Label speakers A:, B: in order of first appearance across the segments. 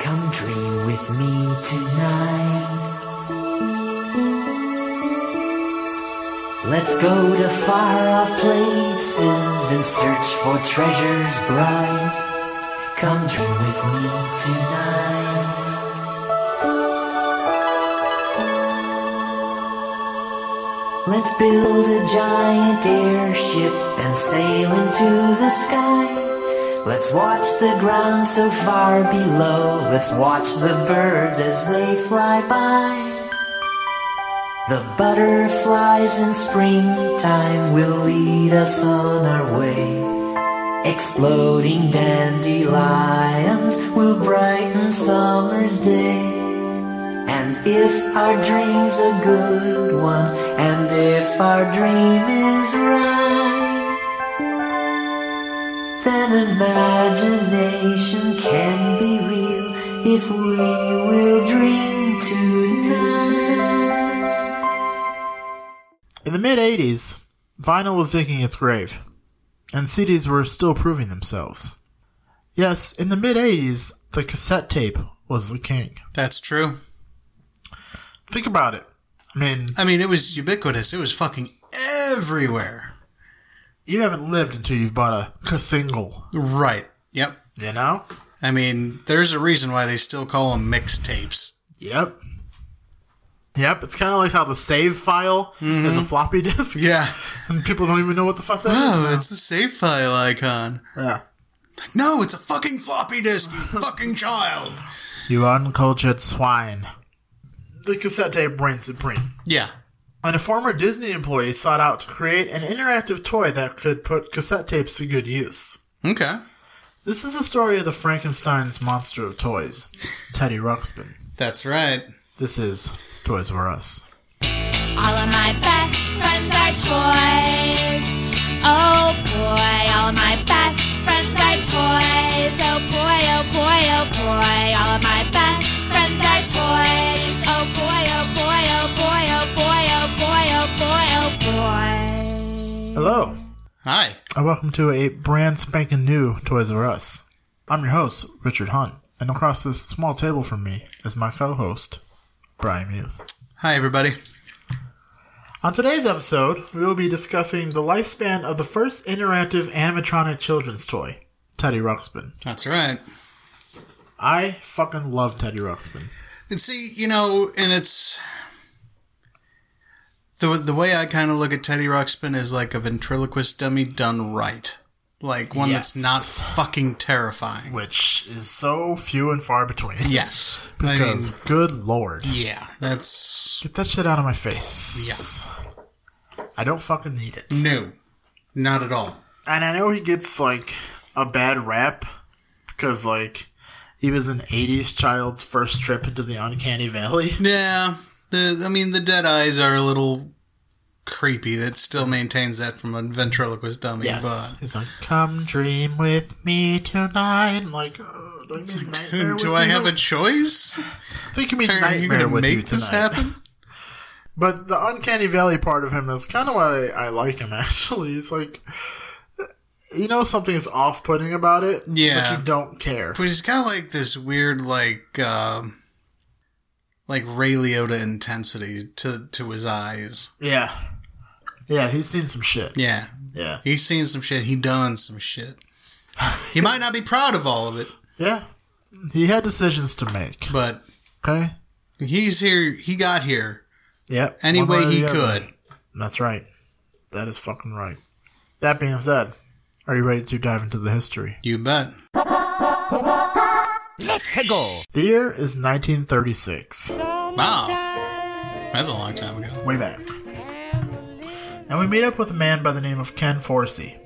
A: Come dream with me tonight. Let's go to far off places and search for treasures bright. Come dream with me tonight. Let's build a giant airship and sail into the sky. Let's watch the ground so far below. Let's watch the birds as they fly by. The butterflies in springtime will lead us on our way. Exploding dandelions will brighten summer's day. And if our dream's a good one, and if our dream is right, then imagination can be real if we will dream tonight.
B: In the mid 80s, vinyl was digging its grave, and CDs were still proving themselves. Yes, in the mid 80s, the cassette tape was the king.
C: That's true.
B: Think about it. I mean,
C: I mean, it was ubiquitous. It was fucking everywhere.
B: you haven't lived until you've bought a, a single,
C: Right. Yep.
B: you know?
C: I mean, there's a reason why they still call them mixtapes.
B: Yep. Yep, it's kind of like how the save file is a floppy disk,
C: Yeah.
B: and people don't even know what the fuck that is.
C: Oh, it's the save file icon.
B: Yeah.
C: No, it's a fucking floppy disk, you fucking child.
B: You uncultured swine. The cassette tape reigned supreme.
C: Yeah.
B: And a former Disney employee sought out to create an interactive toy that could put cassette tapes to good use.
C: Okay.
B: This is the story of the Frankenstein's monster of toys, Teddy Ruxpin.
C: That's right.
B: This is Toys R Us.
D: All of my best friends are toys. Oh boy, all of my best friends are toys. Oh boy, oh boy, oh boy, all of my best friends are toys. Oh boy, oh boy, oh boy, oh boy, oh boy, oh boy, oh boy. oh,
B: Hello,
C: Hi.
B: and welcome to a brand spanking new Toys R Us. I'm your host, Richard Hunt, and across this small table from me is my co host, Brian Muth.
C: Hi, everybody.
B: On today's episode, we will be discussing the lifespan of the first interactive animatronic children's toy, Teddy Ruxpin.
C: That's right.
B: I fucking love Teddy Ruxpin.
C: And see, you know, and it's the the way I kind of look at Teddy Ruxpin is like a ventriloquist dummy done right, like one that's not
B: Yes.
C: fucking terrifying.
B: which is so few and far between.
C: Yes, I mean,
B: Because, good lord.
C: yeah, that's
B: Get that shit out of my face. Yeah. I don't fucking need it.
C: no, not at all.
B: And I know he gets, like, a bad rap because, like, he was an 80s child's first trip into the Uncanny Valley.
C: Yeah, the I mean, the dead eyes are a little creepy. That still maintains that from a ventriloquist dummy.
B: Yes. He's like, come dream with me tonight. I'm like, oh, do I, need
C: But
B: nightmare
C: do, do
B: with
C: I
B: you?
C: have a choice?
B: I think you mean
C: Are you
B: nightmare
C: going to
B: with you
C: make this
B: tonight.
C: happen?
B: But the uncanny valley part of him is kind of why I like him. Actually, he's like, you know, something is off-putting about it.
C: Yeah.
B: but you don't care.
C: But he's got like this weird, like, um, like Ray Liotta intensity to to his eyes.
B: Yeah, yeah, he's seen some shit.
C: Yeah,
B: Yeah,
C: he's seen some shit. He done some shit. He might not be proud of all of it,
B: yeah, he had decisions to make.
C: but
B: Okay,
C: he's here. He got here
B: yep.
C: any
B: one
C: way
B: or
C: he
B: the other.
C: could.
B: That's right. That is fucking right. That being said, are you ready to dive into the history?
C: You bet.
B: The year is 1936.
C: Wow, that's a long time ago.
B: Way back. And we meet up with a man by the name of Ken Forsey.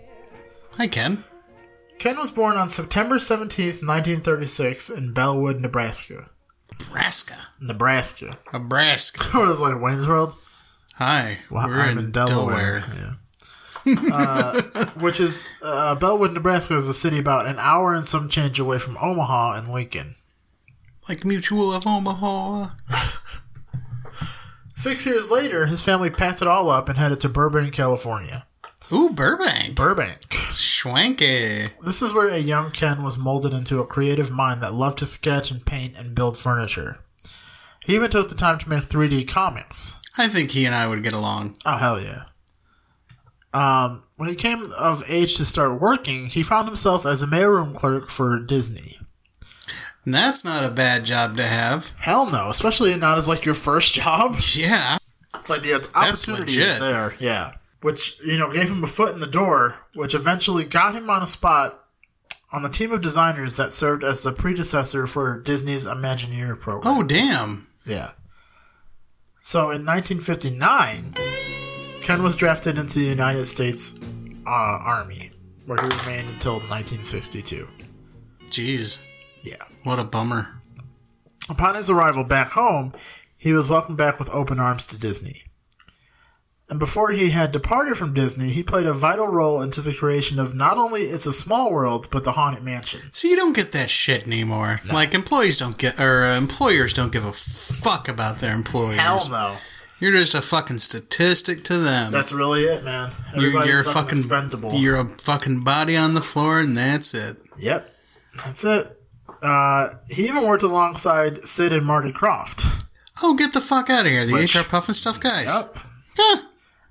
C: Hi, Ken.
B: Ken was born on September 17th, 1936, in Bellwood, Nebraska.
C: Nebraska,
B: Nebraska.
C: Nebraska.
B: it was like Wayne's World.
C: Hi,
B: Well,
C: we're in, Delaware.
B: Yeah. uh, which is, uh, Bellwood, Nebraska is a city about an hour and some change away from Omaha and Lincoln.
C: like Mutual of Omaha.
B: Six years later, his family packed it all up and headed to Burbank, California.
C: Ooh, Burbank.
B: Burbank.
C: Schwanky.
B: This is where a young Ken was molded into a creative mind that loved to sketch and paint and build furniture. He even took the time to make 3D comics.
C: I think he and I would get along.
B: Oh, hell yeah. Um, when he came of age to start working, he found himself as a mailroom clerk for Disney.
C: And that's not a bad job to have.
B: Hell no, especially not as like your first job.
C: Yeah.
B: It's like the
C: That's
B: opportunity is
C: legit.
B: there, yeah. Which you know gave him a foot in the door, which eventually got him on a spot on the team of designers that served as the predecessor for Disney's Imagineer program.
C: Oh, damn.
B: yeah. So in 1959, Ken was drafted into the United States uh, Army, where he remained until 1962.
C: Jeez.
B: Yeah.
C: What a bummer.
B: Upon his arrival back home, he was welcomed back with open arms to Disney. And before he had departed from Disney, he played a vital role into the creation of not only It's a Small World, but The Haunted Mansion.
C: So you don't get that shit anymore. Like employees don't get, or uh, employers don't give a fuck about their employees.
B: no.
C: You're just a fucking statistic to them.
B: That's really it, man.
C: you're,
B: Everybody's
C: you're
B: fucking,
C: fucking
B: expendable.
C: You're a fucking body on the floor, and that's it.
B: yep. That's it. Uh, he even worked alongside Sid and Marty Croft.
C: Oh, get the fuck out of here, the
B: Which-
C: HR Puffin stuff guys.
B: Yep.
C: Huh.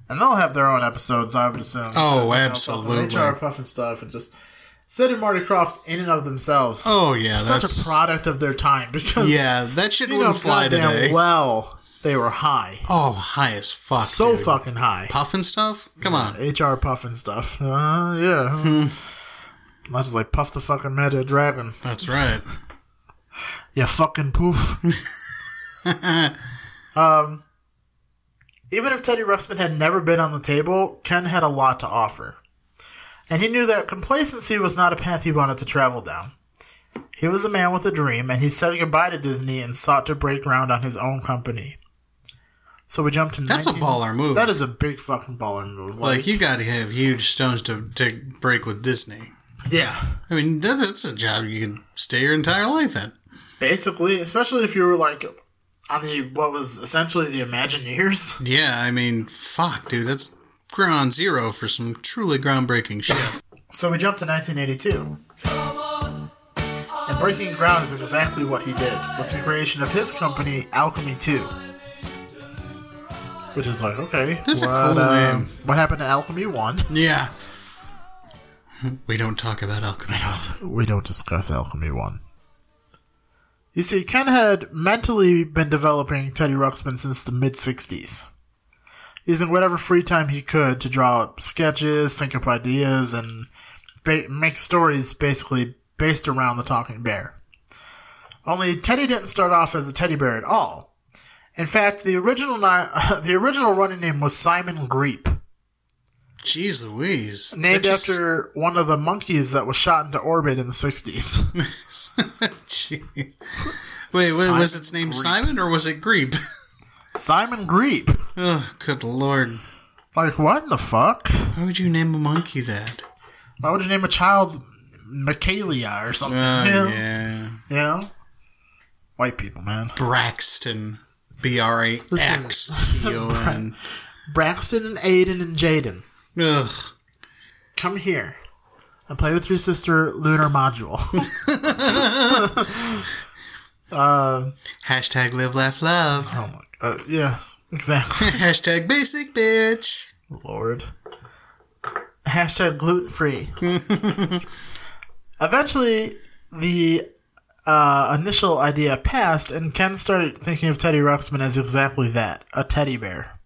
B: And they'll have their own episodes, I would assume.
C: Oh,
B: Because, you know,
C: absolutely.
B: fucking HR puff and stuff, and just Sid and Marty Croft in and of themselves.
C: Oh yeah,
B: such
C: that's
B: a product of their time because
C: Yeah, that shit
B: you know
C: wouldn't fly
B: goddamn
C: today.
B: well they were high,
C: Oh, high as fuck.
B: so
C: dude.
B: fucking high.
C: Puffin stuff. Come on.
B: HR puffin stuff, uh, yeah.
C: Hmm.
B: Much as like puff the fucking meta dragon,
C: That's right.
B: yeah, fucking poof. um, even if Teddy Ruxpin had never been on the table, Ken had a lot to offer, and he knew that complacency was not a path he wanted to travel down. He was a man with a dream, and he said goodbye to Disney and sought to break ground on his own company. So we jumped to
C: That's a
B: 19
C: baller move.
B: That is a big fucking baller move. Like,
C: Like you got to have huge stones to to break with Disney.
B: yeah,
C: I mean, that, that's a job you can stay your entire life in.
B: basically, especially if you were like on the what was essentially the Imagineers.
C: Yeah, I mean, fuck, dude, that's ground zero for some truly groundbreaking shit.
B: So we jumped to 1982. And Breaking Ground is exactly what he did with the creation of his company, Alchemy 2. Which is like, okay.
C: That's a cool
B: um,
C: name.
B: What happened to Alchemy 1?
C: yeah. We don't talk about alchemy.
B: we don't discuss Alchemy 1. You see, Ken had mentally been developing Teddy Ruxpin since the mid 60s, using whatever free time he could to draw up sketches, think up ideas, and ba- make stories basically based around the talking bear. Only Teddy didn't start off as a teddy bear at all. In fact, the original ni- the original running name was Simon Greep
C: Jeez Louise.
B: named
C: That just-
B: after one of the monkeys that was shot into orbit in the 60s.
C: Gee. Wait, wait, was
B: Simon
C: its name
B: Grebe.
C: Simon or was it Grebe?
B: Simon Greep.
C: oh, good lord.
B: Like, what in the fuck?
C: Why would you name a monkey that?
B: Why would you name a child Michaelia or something?
C: Oh,
B: you know?
C: yeah.
B: You know? White people, man.
C: Braxton. B R A X T O N.
B: Braxton and Aiden and Jaden,
C: Ugh.
B: come here and play with your sister Lunar Module.
C: Hashtag live, laugh, love.
B: oh my god. yeah, exactly.
C: Hashtag basic bitch.
B: Lord. Hashtag gluten free. Eventually, the uh, initial idea passed, and Ken started thinking of Teddy Ruxpin as exactly that a teddy bear.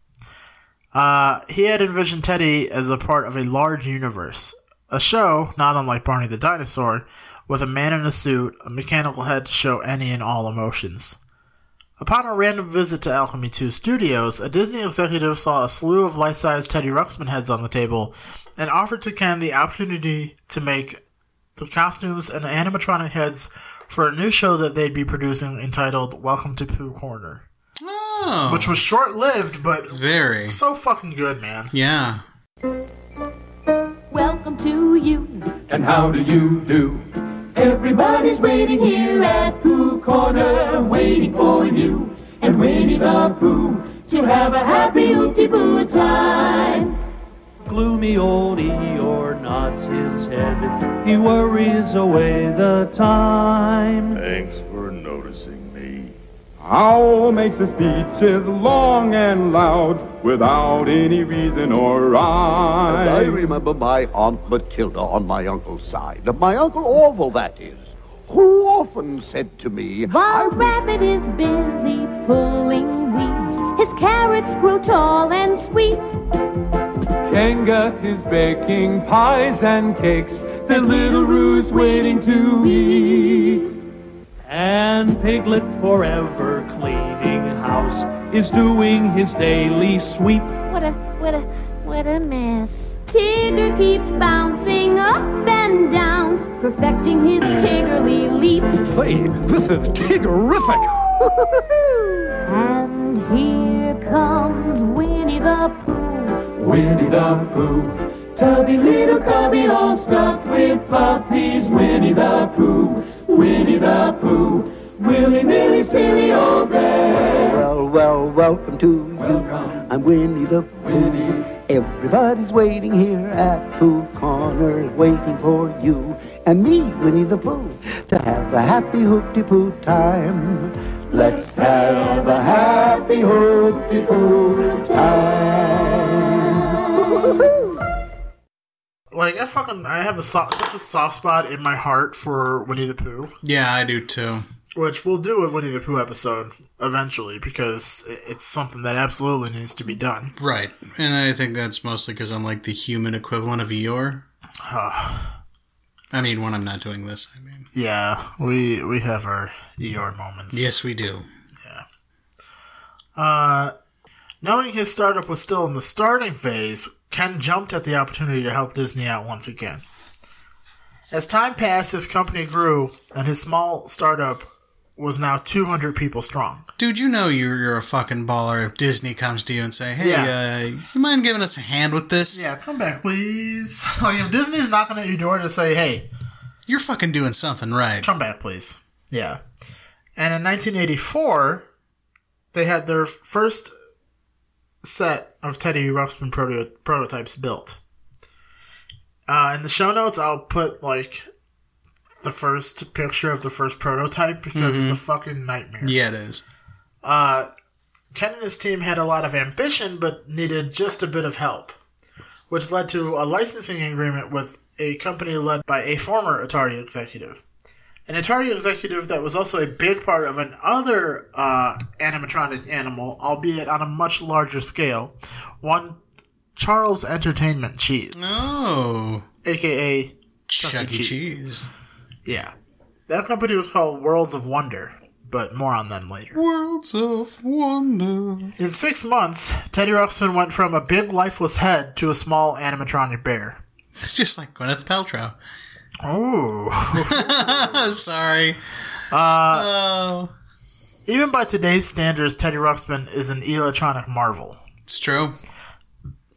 B: Uh, he had envisioned Teddy as a part of a large universe, a show, not unlike Barney the Dinosaur, with a man in a suit, a mechanical head to show any and all emotions. Upon a random visit to Alchemy 2 Studios, a Disney executive saw a slew of life size Teddy Ruxpin heads on the table and offered to Ken the opportunity to make the costumes and animatronic heads for a new show that they'd be producing entitled Welcome to Pooh Corner,
C: Oh.
B: which was short lived but
C: very.
B: so fucking good, man.
C: Yeah.
E: Welcome to you.
F: and how do you do?
E: Everybody's waiting here at Pooh Corner, waiting for you and Winnie the Pooh to have a happy ooty boo time.
F: Gloomy old Eeyore
G: nods his head. He worries away the time.
H: Thanks for noticing me.
F: Owl makes his speeches long and loud without any reason or
I: And I
F: rhyme.
I: remember my Aunt Matilda on my uncle's side, my Uncle Orville, that is, who often said to me,
J: While Rabbit is busy pulling weeds, his carrots grow tall and sweet.
F: Kanga is baking pies and cakes that Little Roo's waiting to eat.
G: And Piglet, forever cleaning house, is doing his daily sweep.
J: What a, what a, what a mess. Tigger keeps bouncing up and down, perfecting his tiggerly leap.
H: Say, this is tigerific.
J: And here comes Winnie the Pooh.
F: Winnie the Pooh, tubby little cubby, all stuffed with fluff. He's Winnie the Pooh, Winnie the Pooh, willy nilly, silly old bear.
I: Well, well, welcome to you. I'm Winnie the
F: Winnie,
I: Everybody's waiting here at Pooh Corner, waiting for you and me, Winnie the Pooh, to have a happy hoopty poo time. Let's have a happy hoopty poo time.
B: Like I fucking I have a soft, such a soft spot in my heart for Winnie the Pooh,
C: Yeah, I do too.
B: which we'll do a Winnie the Pooh episode eventually because i- it's something that absolutely needs to be done.
C: Right. And I think that's mostly because I'm like the human equivalent of Eeyore. I mean, when I'm not doing this, I mean.
B: Yeah, we we have our Eeyore moments.
C: Yes, we do.
B: Uh, Knowing his startup was still in the starting phase, Ken jumped at the opportunity to help Disney out once again. As time passed, his company grew, and his small startup was now 200 people strong.
C: Dude, you know you're, you're a fucking baller if Disney comes to you and say, hey,
B: Yeah.
C: uh, you mind giving us a hand with this?
B: Yeah, come back, please. Like, if Disney's knocking at your door to say, hey,
C: You're fucking doing something right.
B: come back, please. Yeah. And in 1984, they had their first set of Teddy Ruxpin proto- prototypes built. Uh, in the show notes, I'll put like the first picture of the first prototype because it's a fucking nightmare.
C: Yeah, it is.
B: Uh, Ken and his team had a lot of ambition, but needed just a bit of help, which led to a licensing agreement with a company led by a former Atari executive. An Atari executive that was also a big part of another uh, animatronic animal, albeit on a much larger scale, one Charles Entertainment Cheese,
C: Oh,
B: aka
C: Chuck, E.
B: E.
C: Cheese.
B: yeah. That company was called Worlds of Wonder, but more on them later.
C: Worlds of Wonder.
B: In six months, Teddy Ruxpin went from a big lifeless head to a small animatronic bear.
C: It's just like Gwyneth Paltrow.
B: Oh.
C: Sorry. Uh, oh,
B: Even by today's standards, Teddy Ruxpin is an electronic marvel.
C: it's true.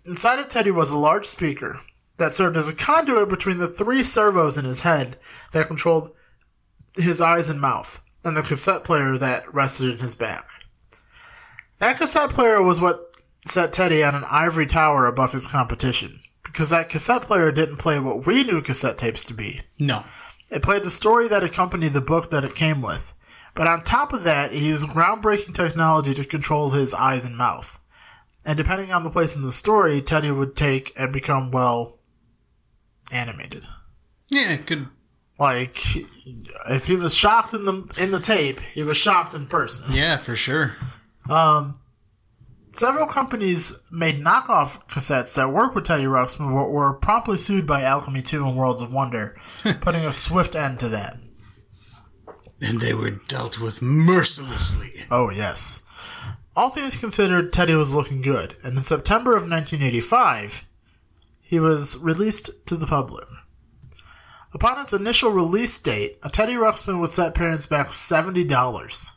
B: Inside of Teddy was a large speaker that served as a conduit between the three servos in his head that controlled his eyes and mouth, and the cassette player that rested in his back. That cassette player was what set Teddy on an ivory tower above his competition, because that cassette player didn't play what we knew cassette tapes to be.
C: No.
B: It played the story that accompanied the book that it came with. But on top of that, he used groundbreaking technology to control his eyes and mouth. And depending on the place in the story, Teddy would take and become, well, animated.
C: Yeah, good.
B: Like, if he was shocked in the in the tape, he was shocked in person.
C: Yeah, for sure.
B: Several companies made knockoff cassettes that worked with Teddy Ruxpin, but were promptly sued by Alchemy 2 and Worlds of Wonder, putting a swift end to that.
C: And they were dealt with mercilessly.
B: Oh, yes. All things considered, Teddy was looking good, and in September of 1985, he was released to the public. Upon its initial release date, a Teddy Ruxpin would set parents back $70.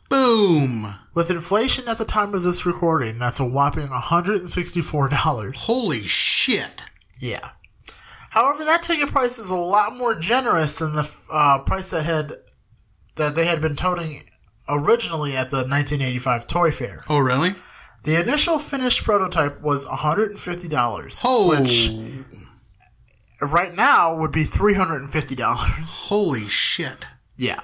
C: Boom.
B: With inflation at the time of this recording, that's a whopping $164.
C: Holy shit.
B: Yeah. However, that ticket price is a lot more generous than the uh, price that had that they had been toting originally at the 1985 toy fair.
C: Oh, really?
B: The initial finished prototype was $150,
C: Oh.
B: which right now would be $350.
C: Holy shit.
B: Yeah.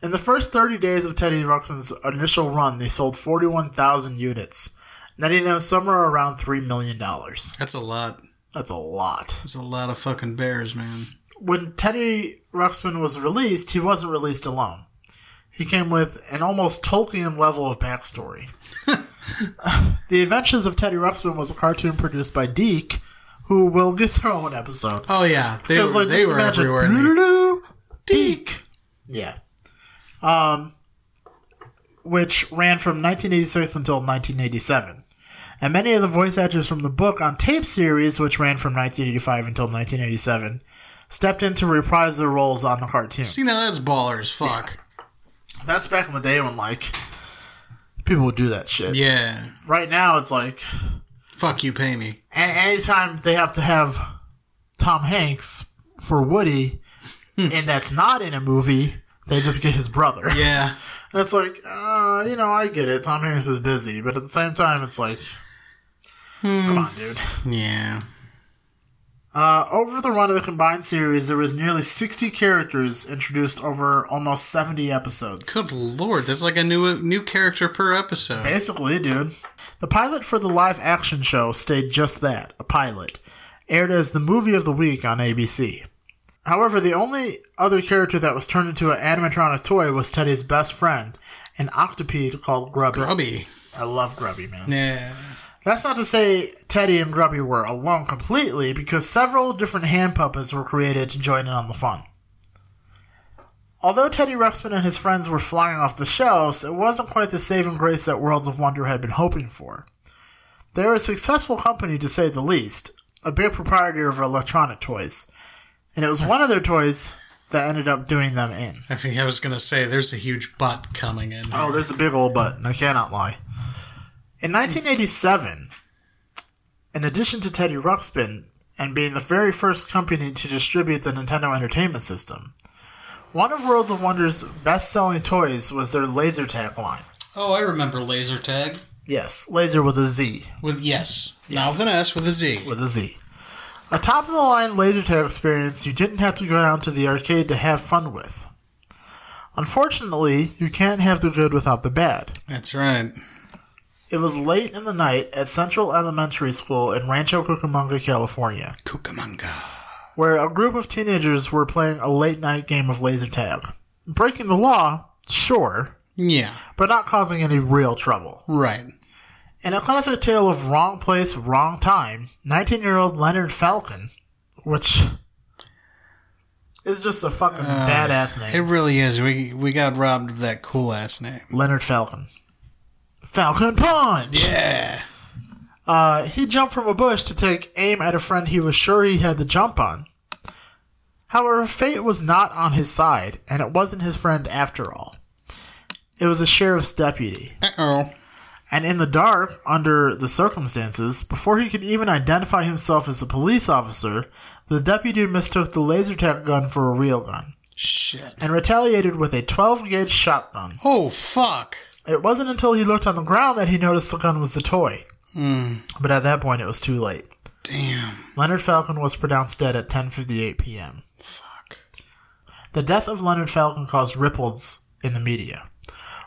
B: In the first 30 days of Teddy Ruxpin's initial run, they sold 41,000 units, netting them somewhere around $3 million.
C: That's a lot.
B: That's a lot.
C: That's a lot of fucking bears, man.
B: When Teddy Ruxpin was released, he wasn't released alone. He came with an almost Tolkien level of backstory. the Adventures of Teddy Ruxpin was a cartoon produced by Deke, who will get their own episode.
C: Oh yeah, they
B: Because,
C: were,
B: like,
C: they
B: just
C: were
B: imagine,
C: everywhere. in the-
B: "Doo-doo-doo, Deke. Yeah. Um, which ran from 1986 until 1987. And many of the voice actors from the book on tape series, which ran from 1985 until 1987, stepped in to reprise their roles on the cartoon.
C: See now that's ballers. Fuck.
B: That's back in the day when, like, people would do that shit.
C: Yeah.
B: Right now, it's like,
C: Fuck you, pay me.
B: and anytime they have to have Tom Hanks for Woody, and that's not in a movie, they just get his brother.
C: Yeah.
B: That's like, uh, you know, I get it. Tom Hanks is busy, but at the same time, it's like, come on, dude.
C: Yeah.
B: Uh, over the run of the combined series, there was nearly 60 characters introduced over almost 70 episodes.
C: Good lord, that's like a new new character per episode.
B: Basically, dude. The pilot for the live action show stayed just that a pilot, aired as the movie of the week on ABC. However, the only other character that was turned into an animatronic toy was Teddy's best friend, an octopede called Grubby.
C: Grubby.
B: I love Grubby, man.
C: Yeah.
B: That's not to say Teddy and Grubby were alone completely, because several different hand puppets were created to join in on the fun. Although Teddy Ruxpin and his friends were flying off the shelves, it wasn't quite the saving grace that Worlds of Wonder had been hoping for. They're a successful company, to say the least, a big proprietor of electronic toys, and it was one of their toys that ended up doing them in.
C: I think I was gonna say there's a huge butt coming in.
B: Oh, there's a big old button. I cannot lie. In 1987, in addition to Teddy Ruxpin and being the very first company to distribute the Nintendo Entertainment System, one of Worlds of Wonder's best selling toys was their laser tag line.
C: Oh, I remember laser tag
B: Yes, laser with a Z.
C: with yes, now with an S with a Z.
B: With a Z. A top of the line laser tag experience you didn't have to go down to the arcade to have fun with. Unfortunately, you can't have the good without the bad.
C: That's right.
B: It was late in the night at Central Elementary School in Rancho Cucamonga, California,
C: Cucamonga.
B: where a group of teenagers were playing a late night game of laser tag. Breaking the law, sure,
C: Yeah.
B: but not causing any real trouble.
C: Right.
B: In a classic tale of wrong place, wrong time, 19 year old Leonard Falcon, which is just a fucking badass
C: It
B: name.
C: really is. We we got robbed of that cool ass name.
B: Leonard Falcon. Falcon Punch!
C: Yeah.
B: Uh, he jumped from a bush to take aim at a friend he was sure he had the jump on. However, fate was not on his side, and it wasn't his friend after all. It was a sheriff's deputy.
C: Uh oh.
B: And in the dark, under the circumstances, before he could even identify himself as a police officer, the deputy mistook the laser tag gun for a real gun
C: Shit.
B: and retaliated with a 12 gauge shotgun.
C: Oh fuck.
B: It wasn't until he looked on the ground that he noticed the gun was the toy.
C: Hmm.
B: But at that point, it was too late.
C: Damn.
B: Leonard Falcon was pronounced dead at 10:58 p.m.
C: Fuck.
B: The death of Leonard Falcon caused ripples in the media,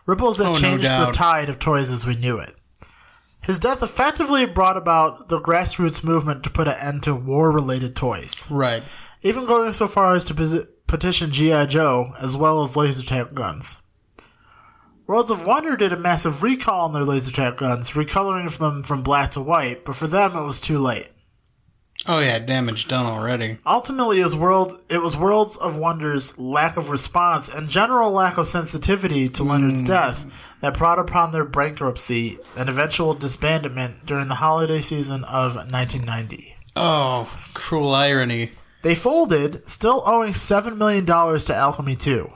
B: ripples that
C: Oh, no
B: changed the
C: doubt.
B: tide of toys as we knew it. His death effectively brought about the grassroots movement to put an end to war-related toys,
C: Right.
B: even going so far as to pesi- petition GI Joe as well as laser tag guns. Worlds of Wonder did a massive recall on their laser tag guns, recoloring them from black to white, but for them it was too late.
C: Oh yeah, damage done already.
B: Ultimately, it was, world, it was Worlds of Wonder's lack of response and general lack of sensitivity to Leonard's death that brought upon their bankruptcy and eventual disbandment during the holiday season of 1990.
C: Oh, cruel irony.
B: They folded, still owing $7 million to Alchemy 2.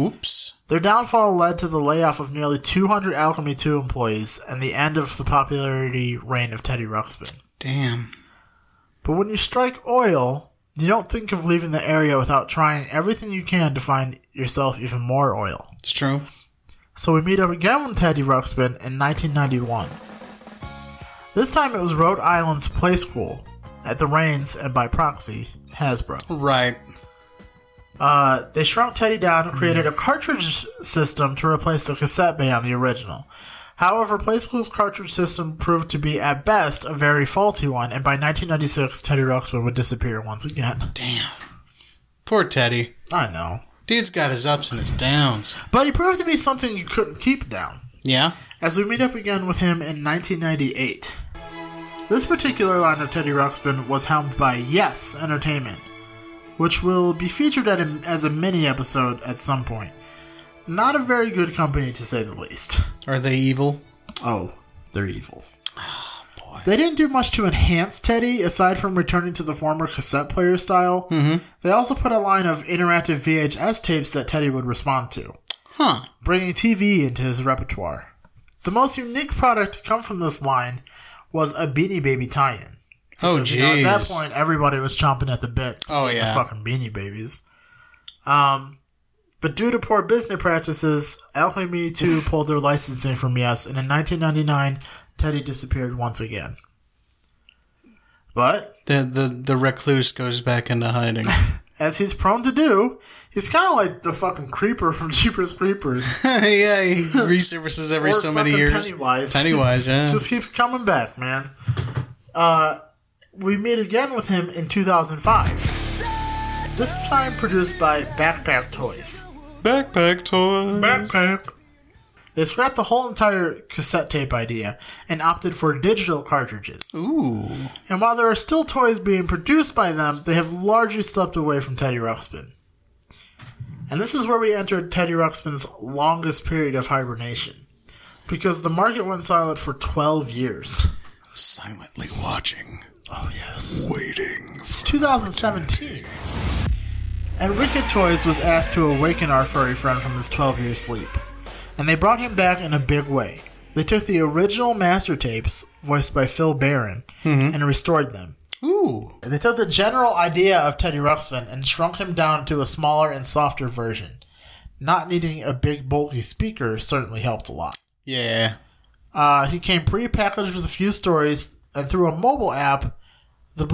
C: Oops.
B: Their downfall led to the layoff of nearly 200 Alchemy 2 employees and the end of the popularity reign of Teddy Ruxpin.
C: Damn.
B: But when you strike oil, you don't think of leaving the area without trying everything you can to find yourself even more oil.
C: It's true.
B: So we meet up again with Teddy Ruxpin in 1991. This time it was Rhode Island's Play School, at the Rains and by proxy, Hasbro.
C: Right.
B: Uh, they shrunk Teddy down and created a cartridge s- system to replace the cassette bay on the original. However, Play School's cartridge system proved to be, at best, a very faulty one, and by 1996, Teddy Ruxpin would disappear once again.
C: Damn. Poor Teddy.
B: I know.
C: Dude's got his ups and his downs.
B: But he proved to be something you couldn't keep down.
C: Yeah?
B: as we meet up again with him in 1998. This particular line of Teddy Ruxpin was helmed by Yes Entertainment, which will be featured at a, as a mini episode at some point. Not a very good company, to say the least.
C: Are they evil?
B: Oh, they're evil. They didn't do much to enhance Teddy, aside from returning to the former cassette player style. Mm-hmm. They also put a line of interactive VHS tapes that Teddy would respond to
C: Huh.
B: bringing TV into his repertoire. The most unique product to come from this line was a Beanie Baby tie-in.
C: Oh,
B: Because, you know,
C: jeez.
B: at that point, everybody was chomping at the bit.
C: Oh,
B: with the
C: yeah.
B: fucking Beanie Babies. Um, but due to poor business practices, Alchemy 2 pulled their licensing from Yes, and in 1999, Teddy disappeared once again. But
C: The, the, the recluse goes back into hiding.
B: as he's prone to do, he's kind of like the fucking creeper from Jeepers Creepers.
C: yeah, he resurfaces every
B: Or
C: so many
B: fucking
C: years.
B: Pennywise.
C: Pennywise, yeah.
B: just keeps coming back, man. Uh, we meet again with him in 2005. This time produced by Backpack Toys.
C: Backpack toys.
B: Backpack. They scrapped the whole entire cassette tape idea and opted for digital cartridges.
C: Ooh.
B: And while there are still toys being produced by them, they have largely stepped away from Teddy Ruxpin. And this is where we enter Teddy Ruxpin's longest period of hibernation. Because the market went silent for 12 years.
C: Silently watching,
B: Oh, yes.
C: waiting.
B: It's 2017. And Wicked Toys was asked to awaken our furry friend from his 12 year sleep. And they brought him back in a big way. They took the original master tapes, voiced by Phil Barron, and restored them.
C: Ooh.
B: They took the general idea of Teddy Ruxpin and shrunk him down to a smaller and softer version. Not needing a big, bulky speaker certainly helped a lot.
C: Yeah.
B: Uh, he came pre-packaged with a few stories, and through a mobile app, the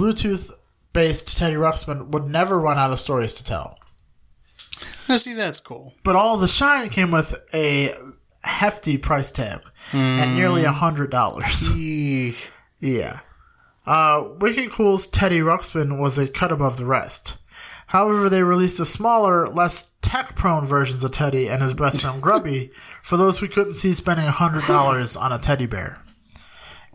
B: Bluetooth-based Teddy Ruxpin would never run out of stories to tell.
C: Now, see, that's cool.
B: But all the shine came with a hefty price tag at nearly a hundred dollars.
C: Eek.
B: Yeah. Uh, Wicked Cool's Teddy Ruxpin was a cut above the rest. However, they released a smaller, less tech prone versions of Teddy and his best friend Grubby for those who couldn't see spending $100 on a teddy bear.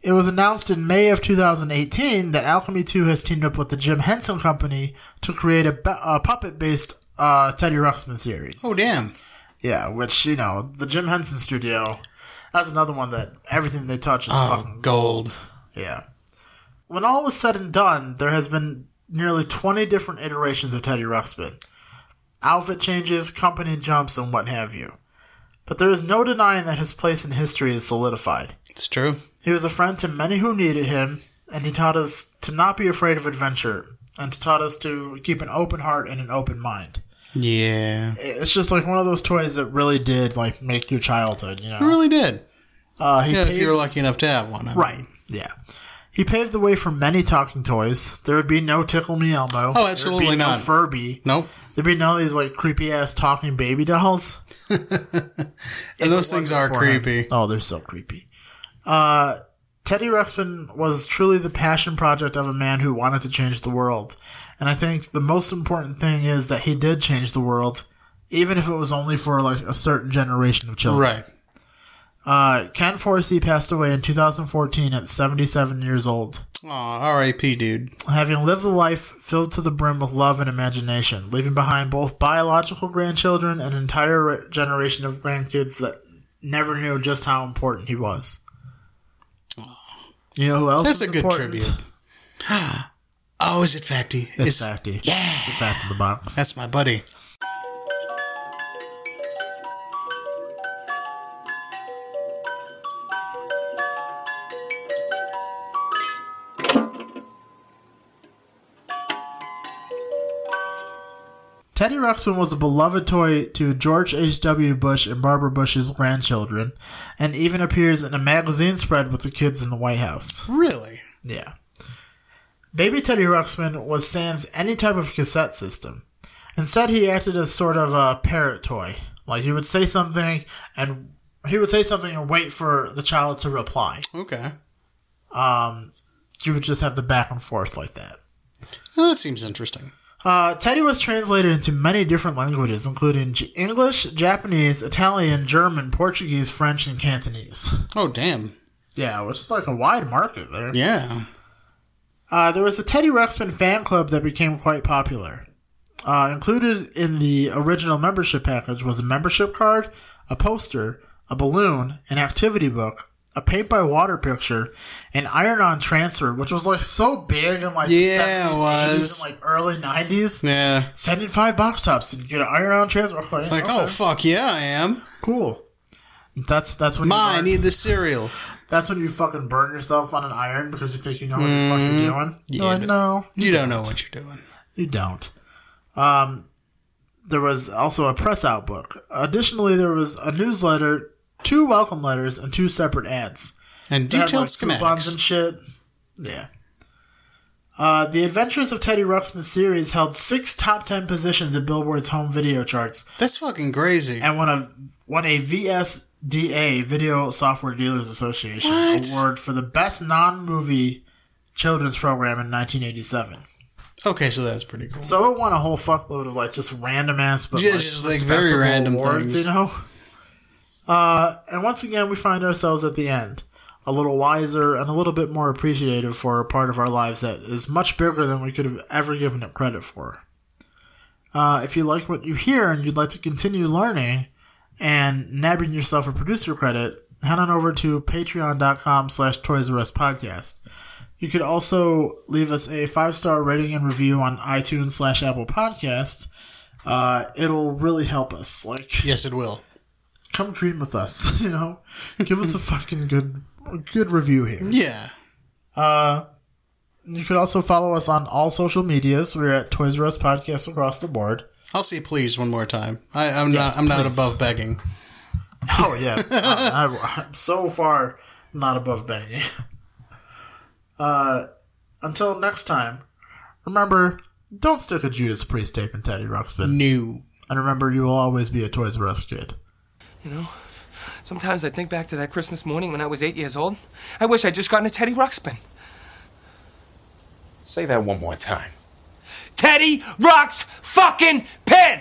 B: It was announced in May of 2018 that Alchemy 2 has teamed up with the Jim Henson Company to create a, ba- a puppet based uh, Teddy Ruxpin series.
C: Oh, damn.
B: Yeah, which, you know, the Jim Henson Studio, that's another one that everything they touch is fucking
C: Oh, gold.
B: yeah. When all was said and done, there has been nearly 20 different iterations of Teddy Ruxpin. Outfit changes, company jumps, and what have you. But there is no denying that his place in history is solidified.
C: It's true.
B: He was a friend to many who needed him, and he taught us to not be afraid of adventure, and taught us to keep an open heart and an open mind.
C: Yeah.
B: It's just like one of those toys that really did like make your childhood, you know.
C: It really did.
B: Uh, he
C: Yeah, if
B: paved-
C: you were lucky enough to have one. I mean.
B: Right. Yeah. He paved the way for many talking toys. There would be no Tickle Me Elmo.
C: Oh, absolutely
B: There'd be
C: not.
B: No Furby.
C: Nope.
B: There'd be none of these like creepy ass talking baby dolls.
C: And those
B: If it
C: things
B: wasn't
C: are
B: for him-
C: creepy.
B: Oh, they're so creepy. Uh, Teddy Ruxpin was truly the passion project of a man who wanted to change the world, and I think the most important thing is that he did change the world, even if it was only for like a certain generation of children.
C: Right.
B: Uh, Ken Forsey passed away in 2014 at 77 years old.
C: Aw, R.I.P., dude.
B: having lived a life filled to the brim with love and imagination, leaving behind both biological grandchildren and an entire re- generation of grandkids that never knew just how important he was. You know who else?
C: That's
B: is
C: a good
B: important?
C: tribute. Oh, is it Facty?
B: It's
C: Is-
B: Facty.
C: Yeah.
B: The fact of the box.
C: That's my buddy.
B: Teddy Ruxpin was a beloved toy to George H.W. Bush and Barbara Bush's grandchildren, and even appears in a magazine spread with the kids in the White House.
C: Really?
B: Yeah. Baby Teddy Ruxpin was sans any type of cassette system. Instead, he acted as sort of a parrot toy. Like he would say something, and he would say something and wait for the child to reply.
C: Okay.
B: Um, you would just have the back and forth like that.
C: Well, that seems interesting.
B: Uh, Teddy was translated into many different languages, including J- English, Japanese, Italian, German, Portuguese, French, and Cantonese.
C: Oh, damn.
B: Yeah, which is like a wide market there.
C: Yeah.
B: Uh, there was a Teddy Ruxpin fan club that became quite popular. Uh, included in the original membership package was a membership card, a poster, a balloon, an activity book, a paint by water picture, an iron on transfer, which was like so big in like the
C: Yeah,
B: 70s,
C: it
B: 80s,
C: was.
B: and like early 90s.
C: Yeah.
B: Send in five box tops and get an iron on transfer.
C: It's like, oh, fuck yeah, I am.
B: Cool. That's that's when
C: Ma,
B: you
C: I
B: learn-
C: need the cereal.
B: that's when you fucking burn yourself on an iron because you think you know what the fuck you're doing.
C: Mm, Yeah,
B: You're like,
C: but
B: no,
C: You don't know what you're doing.
B: you don't. Um, there was also a press out book. Additionally, there was a newsletter, two welcome letters, and two separate ads.
C: And
B: They had,
C: detailed
B: like, coupons
C: schematics.
B: and shit. Yeah. Uh, the Adventures of Teddy Ruxpin series held six top ten positions in Billboard's home video charts
C: That's fucking crazy.
B: and won a won a VSDA Video Software Dealers Association
C: What?
B: award for the best non movie children's program in 1987.
C: Okay, so that's pretty cool.
B: So it won a whole fuckload of like just random ass, but
C: Yeah,
B: like,
C: just, like, very
B: respectable
C: random things.
B: you know. Uh, and once again, we find ourselves at the end, a little wiser and a little bit more appreciative for a part of our lives that is much bigger than we could have ever given it credit for. Uh, if you like what you hear and you'd like to continue learning and nabbing yourself a producer credit, head on over to patreon.com slash toys R Us podcast. You could also leave us a five star rating and review on iTunes slash Apple Podcast. Uh, it'll really help us. Like,
C: Yes, it will.
B: come dream with us. You know, give us a fucking good good review here.
C: Yeah.
B: You could also follow us on all social medias. We're at Toys R Us Podcast across the board.
C: I'll say please one more time. I, I'm
B: Yes,
C: not. I'm not
B: please.
C: above begging.
B: Oh yeah, I, am so far not above banging. Uh, until next time, remember don't stick a Judas Priest tape in Teddy Ruxpin,
C: New.
B: and remember you will always be a Toys R Us kid.
K: You know, sometimes I think back to that Christmas morning when I was eight years old. I wish I'd just gotten a Teddy Ruxpin.
L: Say that one more time.
K: Teddy Rux fucking pin!